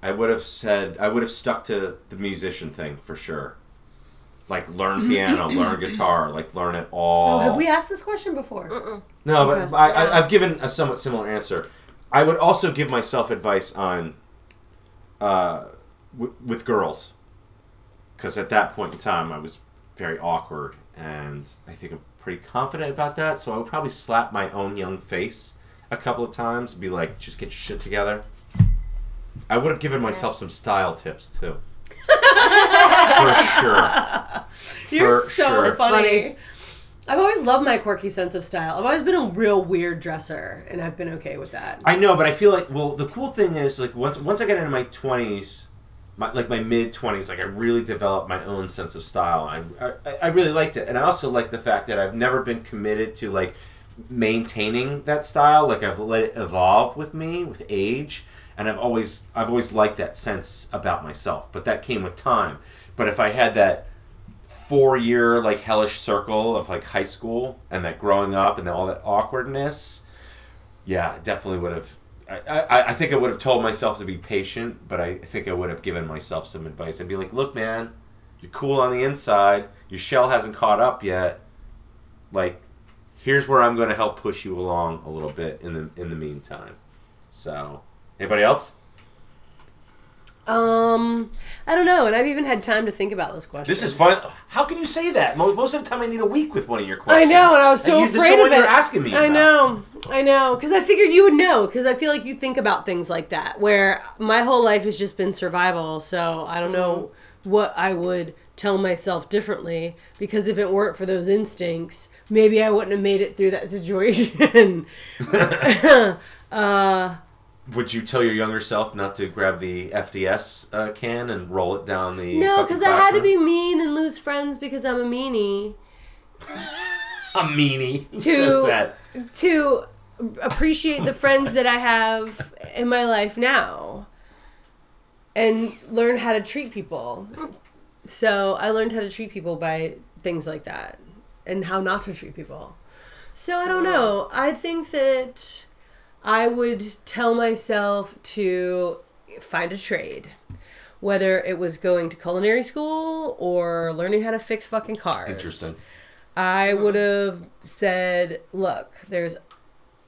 I would have said I would have stuck to the musician thing for sure. Like learn piano, learn guitar, like learn it oh, all. have we asked this question before? No, Okay. but I, I, I've given a somewhat similar answer. I would also give myself advice on uh, w- with girls, because at that point in time I was very awkward, and I think I'm pretty confident about that. So I would probably slap my own young face a couple of times, and be like, "Just get your shit together." I would have given myself some style tips too, for sure. You're For so sure. It's funny. funny. I've always loved my quirky sense of style. I've always been a real weird dresser, and I've been okay with that. I know, but I feel like well, the cool thing is like once once I got into my twenties, my, like my mid twenties, like I really developed my own sense of style. I, I I really liked it, and I also like the fact that I've never been committed to like maintaining that style. Like I've let it evolve with me with age, and I've always I've always liked that sense about myself. But that came with time. But if I had that four year like hellish circle of like high school and that growing up and all that awkwardness yeah I definitely would have I, I, I think i would have told myself to be patient but i think i would have given myself some advice i'd be like look man you're cool on the inside your shell hasn't caught up yet like here's where i'm going to help push you along a little bit in the in the meantime so anybody else Um, I don't know, and I've even had time to think about this question. this is fun how can you say that Mo- most of the time i need a week with one of your I questions know, and I was so you- this is the afraid one of it. you're asking me I about. know, I know, because I figured you would know, because I feel like you think about things like that. Where my whole life has just been survival, so I don't know Mm-hmm. what I would tell myself differently. Because if it weren't for those instincts, maybe I wouldn't have made it through that situation. Would you tell your younger self not to grab the FDS uh, can and roll it down the? no, fucking because I had to be classroom? mean and lose friends because I'm a meanie. a meanie. To- Who says that? to appreciate the friends that I have in my life now and learn how to treat people. So I learned how to treat people by things like that and how not to treat people. So I don't know. I think that I would tell myself to find a trade. Whether it was going to culinary school or learning how to fix fucking cars. Interesting. I would have said, look, there's,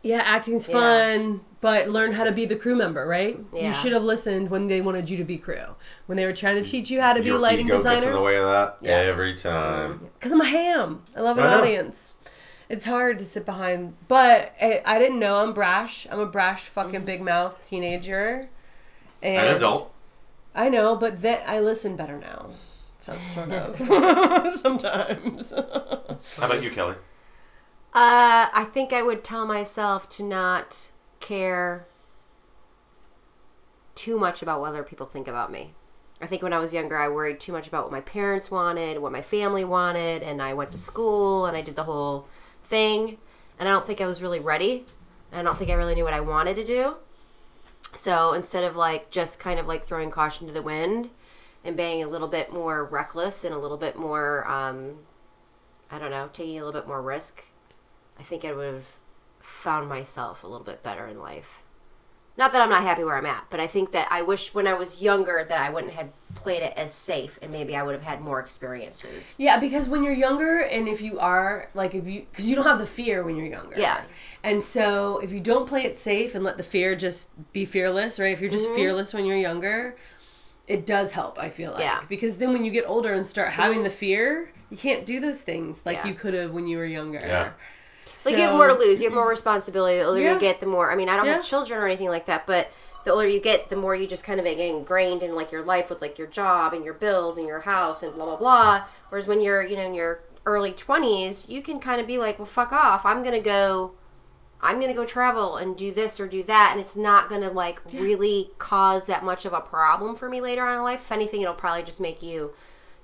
yeah, acting's fun, but learn how to be the crew member, right? Yeah. You should have listened when they wanted you to be crew, when they were trying to teach you how to be Your lighting ego gets in the designer. way of that Yeah. every time. Because I'm a ham. I love an I know. audience. It's hard to sit behind, but I, I didn't know I'm brash. I'm a brash fucking big mouth teenager. And An adult. I know, but then I listen better now. So, sort of. Sometimes. How about you, Kelly? Uh, I think I would tell myself to not care too much about what other people think about me. I think when I was younger, I worried too much about what my parents wanted, what my family wanted, and I went to school and I did the whole thing. And I don't think I was really ready. I don't think I really knew what I wanted to do. So instead of like just kind of like throwing caution to the wind and being a little bit more reckless and a little bit more, um, I don't know, taking a little bit more risk, I think I would have found myself a little bit better in life Not that I'm not happy where I'm at, but I think that I wish when I was younger that I wouldn't have played it as safe and maybe I would have had more experiences. Yeah, because when you're younger, and if you are like, if you, because you don't have the fear when you're younger. Yeah. And so if you don't play it safe and let the fear just be fearless, right? If you're Mm-hmm. just fearless when you're younger, it does help. I feel like. Yeah. Because then when you get older and start having the fear, you can't do those things like Yeah. you could have when you were younger. Yeah. So, Like you have more to lose, you have more responsibility. The older Yeah. you get, the more. I mean, I don't Yeah. have children or anything like that, but the older you get, the more you just kind of get ingrained in like your life with like your job and your bills and your house and blah blah blah. Whereas when you're you know in your early twenties, you can kind of be like, well, fuck off. I'm gonna go. I'm gonna go travel and do this or do that, and it's not gonna like really cause that much of a problem for me later on in life. If anything, it'll probably just make you,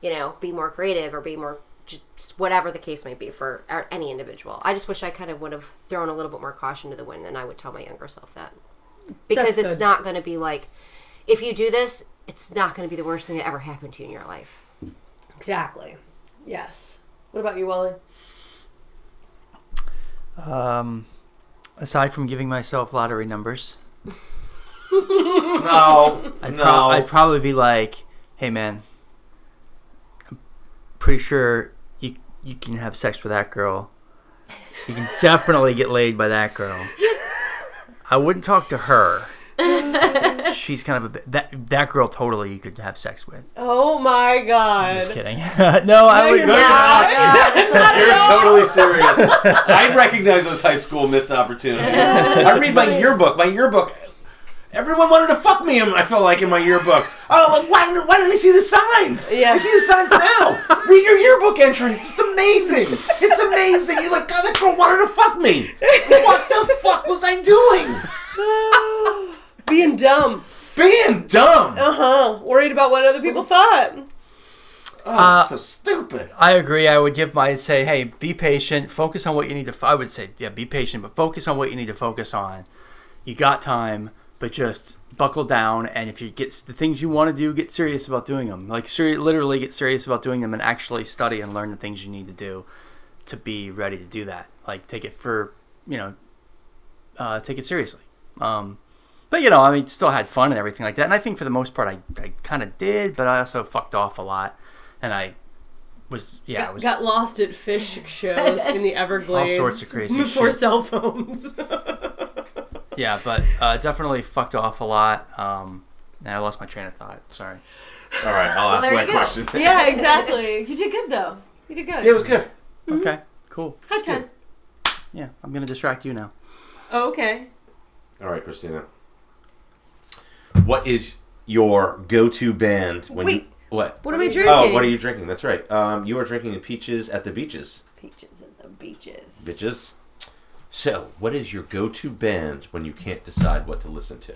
you know, be more creative or be more just whatever the case may be for a- any individual. I just wish I kind of would have thrown a little bit more caution to the wind, and I would tell my younger self that because That's it's good. not gonna be like if you do this, it's not gonna be the worst thing that ever happened to you in your life. Exactly. Yes. What about you, Wally? Um, aside from giving myself lottery numbers, No, I'd, no. prob- I'd probably be like, "Hey, man, I'm pretty sure you you can have sex with that girl. You can definitely get laid by that girl. I wouldn't talk to her. She's kind of a bi- that that girl. Totally, you could have sex with. Oh my God. I'm just kidding. no, I would. you're No, you're not. not. That's not You're at all. totally serious. I recognize those high school missed opportunities. I read my yearbook. My yearbook. Everyone wanted to fuck me. in- I felt like in my yearbook. Oh, like why didn't why didn't I see the signs? Yeah. I see the signs now. Read your yearbook entries. It's amazing. It's amazing. You're like, God, that girl wanted to fuck me. What the fuck was I doing? Being dumb. Being dumb. Uh huh. Worried about what other Mm-hmm. people thought. Oh, so stupid. I agree. I would give my I'd say, hey, be patient. Focus on what you need to. f- I would say, yeah, be patient, but focus on what you need to focus on. You got time, but just buckle down. And if you get s- the things you want to do, get serious about doing them. Like seri- literally, get serious about doing them and actually study and learn the things you need to do to be ready to do that. Like take it for you know, uh, take it seriously. Um, but you know, I mean, still had fun and everything like that. And I think for the most part, I, I kind of did, but I also fucked off a lot, and I was yeah, I was Got lost at fish shows in the Everglades. sorts of crazy Before shit. cell phones. yeah, but uh, definitely fucked off a lot. Um, and I lost my train of thought. Sorry. All right, I'll ask there my you go. question. yeah, exactly. You did good though. You did good. It was good. Okay, cool. High ten. Yeah, I'm gonna distract you now. Oh, okay. All right, Christina. What is your go-to band when Wait. you what? What am I drinking? Oh, what are you drinking? That's right. Um, you are drinking peaches at the beaches, Peaches at the beaches. bitches. So, what is your go-to band when you can't decide what to listen to?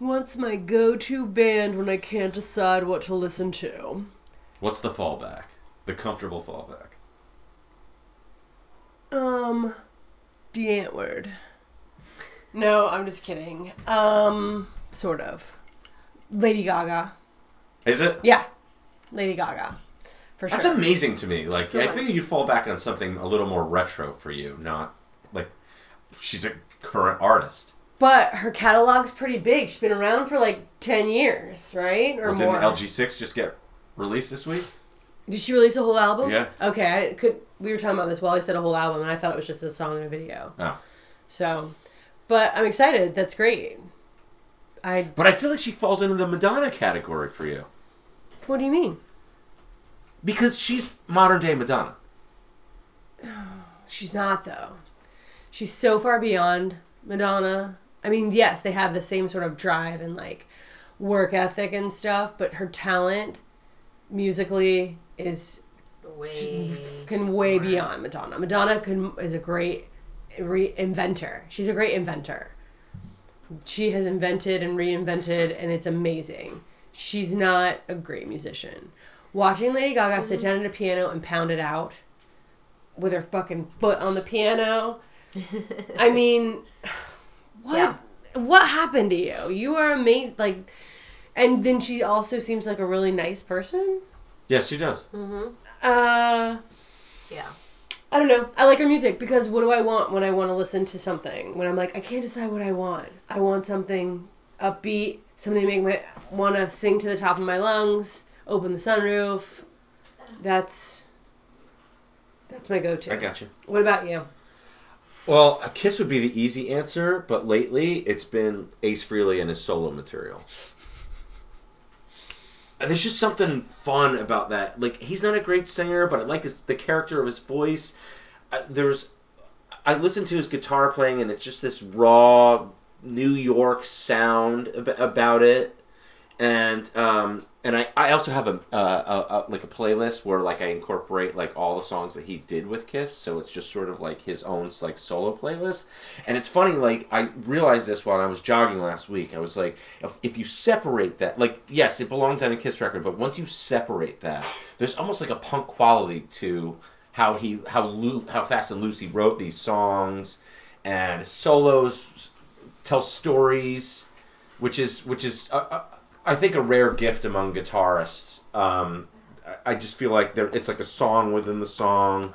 What's my go-to band when I can't decide what to listen to? What's the fallback? The comfortable fallback. Um, the ant word. No, I'm just kidding. Um, sort of. Lady Gaga. Is it? Yeah, Lady Gaga. For That's sure. amazing to me. Like, Sure. I figure you'd fall back on something a little more retro for you, not like she's a current artist. But her catalog's pretty big. She's been around for like 10 years, right? Or Well, didn't more. LG6 just get released this week? Did she release a whole album? Yeah. Okay, I didn't- could we were talking about this while I said a whole album and I thought it was just a song and a video. Oh. So, but I'm excited. That's great. I But I feel like she falls into the Madonna category for you. What do you mean? Because she's modern day Madonna. She's not though. She's so far beyond Madonna. I mean, yes, they have the same sort of drive and like work ethic and stuff, but her talent musically is can way beyond Madonna. Madonna can is a great re- inventor. She's a great inventor. She has invented and reinvented, and it's amazing. She's not a great musician. Watching Lady Gaga sit down at a piano and pound it out with her fucking foot on the piano. I mean, what Yeah. what happened to you? You are amazing. Like, and then she also seems like a really nice person. Yes, she does. Uh. Yeah. I don't know. I like her music because what do I want when I want to listen to something? When I'm like, I can't decide what I want. I want something upbeat, something to make my want to sing to the top of my lungs, open the sunroof. That's that's my go-to. I got you. What about you? Well, a kiss would be the easy answer, but lately it's been Ace Frehley and his solo material. And There's just something fun about that. Like he's not a great singer, but I like his, the character of his voice. I, there's, I listen to his guitar playing, and it's just this raw New York sound ab- about it. And um, and I, I also have a, uh, a, a like a playlist where like I incorporate like all the songs that he did with Kiss, so it's just sort of like his own like solo playlist. And it's funny, like I realized this while I was jogging last week. I was like, if, if you separate that, like yes, it belongs on a Kiss record, but once you separate that, there's almost like a punk quality to how he how Lou, how fast and loose he wrote these songs, and his solos tell stories, which is which is uh, uh, I think a rare gift among guitarists. Um, I- I just feel like there it's like a song within the song,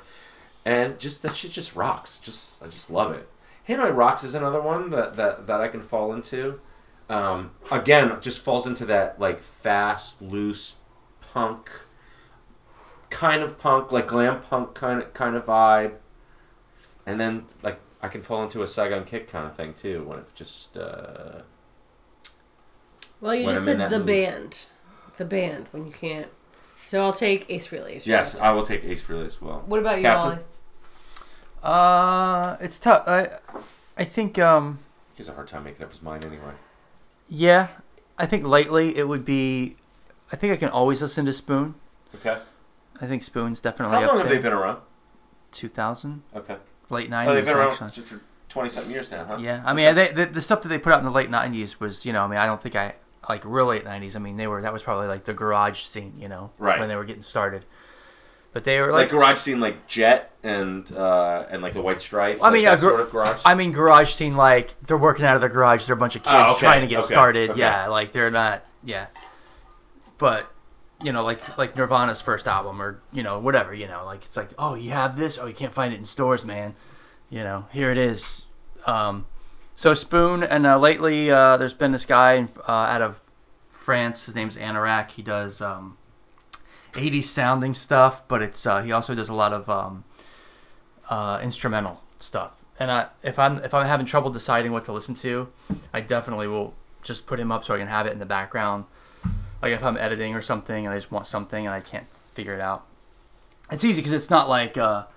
and just that shit just rocks. Just I just love it. Hanoi Rocks is another one that that, that I can fall into. Um, again, it just falls into that like fast, loose, punk kind of punk, like glam punk kind of kind of vibe. And then like I can fall into a Saigon Kick kind of thing too when it just uh, Well, you When just I'm in said that the mood. band, the band when you can't. So I'll take Ace Frehley. as your yes, answer. I will take Ace Frehley as well. What about you, Captain? Ollie? Uh, it's tough. I, I think. Um, He has a hard time making up his mind anyway. yeah, I think lately it would be. I think I can always listen to Spoon. Okay. I think Spoon's definitely How up long have there. they been around? Two thousand, Okay. late Oh, nineties they've been actually. around just for twenty something years now, huh? Yeah, I mean, they, the, the stuff that they put out in the late '90s was, you know, I mean, I don't think I like real late '90s. I mean, they were that was probably like the garage scene, you know, Right. when they were getting started. But they were Like like, garage scene, like Jet and uh, and like the White Stripes. I like mean, yeah, that gar- sort of garage. I mean, garage scene like they're working out of the garage. They're a bunch of kids Oh, okay, trying to get okay, started. okay. Yeah, like they're not. Yeah, but you know, like like Nirvana's first album or you know whatever. You know, like it's like, oh, you have this. Oh, you can't find it in stores, man. You know, here it is. Um, so Spoon and uh, lately uh, there's been this guy in, uh, out of France. His name's Anorak. He does um, 80s sounding stuff, but it's uh, he also does a lot of um, uh, instrumental stuff. And I, if I'm if I'm having trouble deciding what to listen to, I definitely will just put him up so I can have it in the background. Like if I'm editing or something and I just want something and I can't figure it out, it's easy because it's not like a,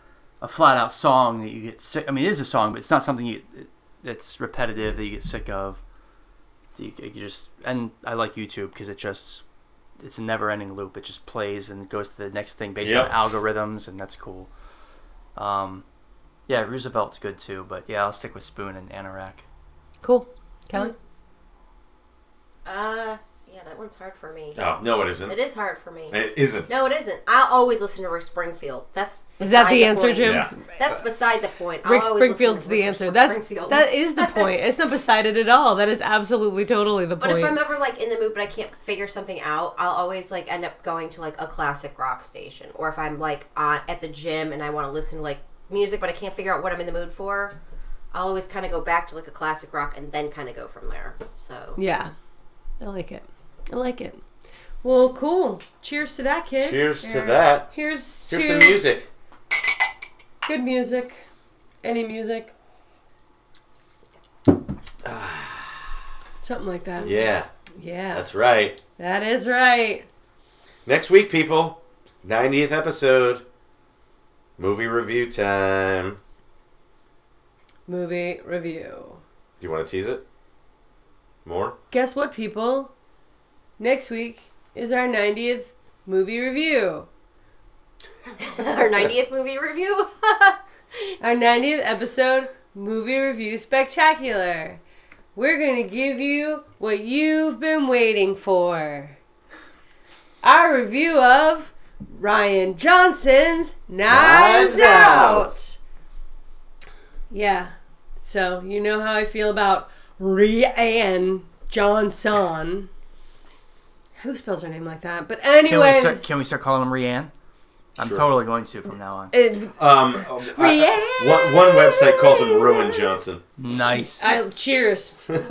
a flat out song that you get sick. I mean, it is a song, but it's not something you that's repetitive that you get sick of. That You, you just and I like YouTube because it just it's a never ending loop. It just plays and goes to the next thing based Yep. on algorithms, and that's cool. Um, yeah, Roosevelt's good too, but yeah, I'll stick with Spoon and Anorak. Cool, Kelly. Uh, yeah, that one's hard for me. oh no, it isn't. It is hard for me. It isn't. No, it isn't. I'll always listen to Rick Springfield. That's Is that beside the answer, point. Jim? Yeah. That's beside the point. I'll Rick always listen to Springfield's the Rick answer. That's Springfield. that is the point. It's not beside it at all. That is absolutely totally the But point. if I'm ever like in the mood but I can't figure something out, I'll always like end up going to like a classic rock station. Or if I'm like on, at the gym and I want to listen to like music but I can't figure out what I'm in the mood for, I'll always kind of go back to like a classic rock and then kind of go from there. So yeah, I like it. I like it. Well, cool. Cheers to that, kids. Cheers, to that. Here's, Here's to the music. good music. Any music. Something like that. Yeah, Yeah. that's right. That is right. Next week, people, 90th episode, movie review time. Movie review. Do you want to tease it? More? Guess what, people? Next week is our 90th movie review. our 90th movie review. Our 90th episode movie review spectacular. We're going to give you what you've been waiting for. Our review of Ryan Johnson's Knives, Knives Out. Out. Yeah. So, you know how I feel about Ryan Johnson. Who spells her name like that? But Can anyways, we start? Can we start calling him Rianne? I'm Sure. totally going to from now on. It, Um, I- I- one, one website calls him Rowan Johnson. Nice. I, cheers. Thank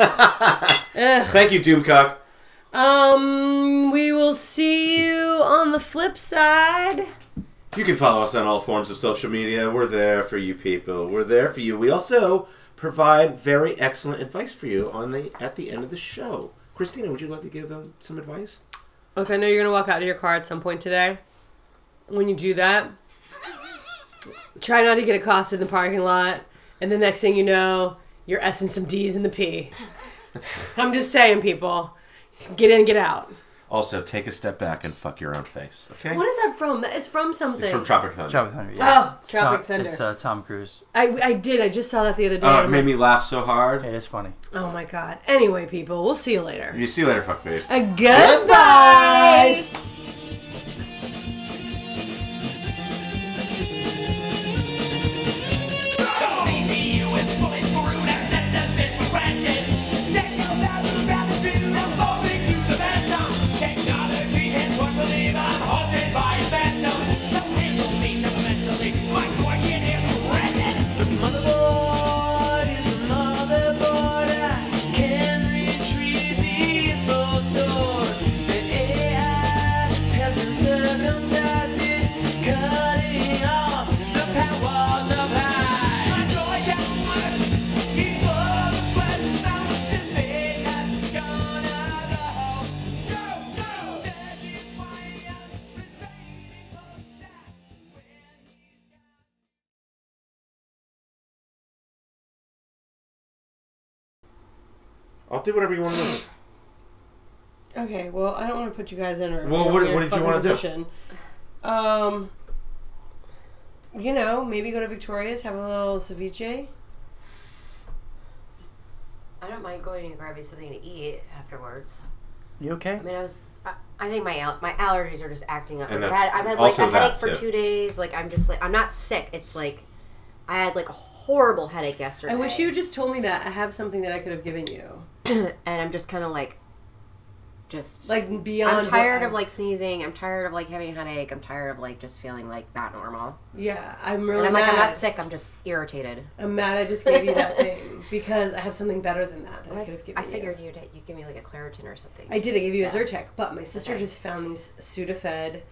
you, Doomcock. Um, we will see you on the flip side. You can follow us on all forms of social media. We're there for you people. We're there for you. We also provide very excellent advice for you on the at the end of the show. Christina, would you like to give them some advice? Look, I know you're gonna walk out of your car at some point today. When you do that, try not to get accosted in the parking lot, and the next thing you know, you're essing some D's in the P. I'm just saying, people, get in, get out. Also, take a step back and fuck your own face. Okay. What is that from? That is from something. It's from Tropic Thunder. Tropic Thunder. Yeah. Oh, Tropic Tom- Thunder. It's uh, Tom Cruise. I, I did. I just saw that the other day. Oh, it made me laugh so hard. It is funny. oh my god. Anyway, people, we'll see you later. You see you later, fuckface. Uh, goodbye. Motherboard is a motherboard. I can retrieve the info store. The AI has been circumcised. It's cutting off the powers of high. My joy got worse before the quest. I was delayed. I've gone out of hope. Go, go, that is why I'm frustrated. Oh, that when he's gone. I'll do whatever you want to do. Okay, well, I don't want to put you guys in a Well, in a what- weird what did you fucking wanna do? position. Um, you know, maybe go to Victoria's, have a little ceviche. I don't mind going and grabbing something to eat afterwards. You okay? I mean, I was. I, I think my al- my allergies are just acting up. And like, I've that's had, I've had like also a headache that, for too. two days. Like I'm just like I'm not sick. It's like I had like a horrible headache yesterday. I wish you just told me that. I have something that I could have given you, and I'm just kind of like, just like beyond. I'm what tired I- of like sneezing. I'm tired of like having a headache. I'm tired of like just feeling like not normal. Oh, Yeah, I'm really. And I'm like mad. I'm not sick. I'm just irritated. I'm mad. I just gave you that thing because I have something better than that that I could have given. I you. figured you'd you give me like a Claritin or something. I did. I gave you a Yeah. Zyrtec, but my sister Okay. just found these Sudafed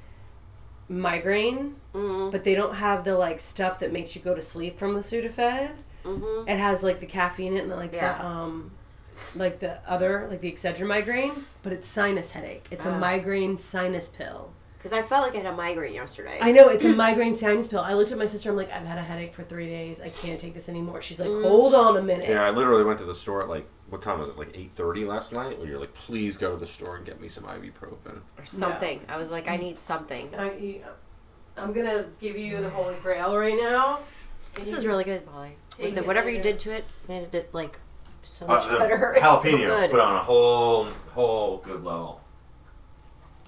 migraine, Mhm. but they don't have the like stuff that makes you go to sleep from the Sudafed. Mhm. It has like the caffeine in it and like the Yeah. um, like the other like the Excedrin migraine, but it's sinus headache. It's a Ah. migraine sinus pill. Because I felt like I had a migraine yesterday. I know it's a migraine sinus pill. I looked at my sister. I'm like, I've had a headache for three days. I can't take this anymore. She's like, Mm. Hold on a minute. Yeah, I literally went to the store at like what time was it? Like eight thirty last night. Where you're like, please go to the store and get me some ibuprofen. or something. I was Mm. like I need something. I, I'm gonna give you the holy grail right now. This is really good, Molly. Take With the, it, whatever take you it. did to it, made it like so much Uh, the better. It's so jalapeno good. put on a whole, whole good level.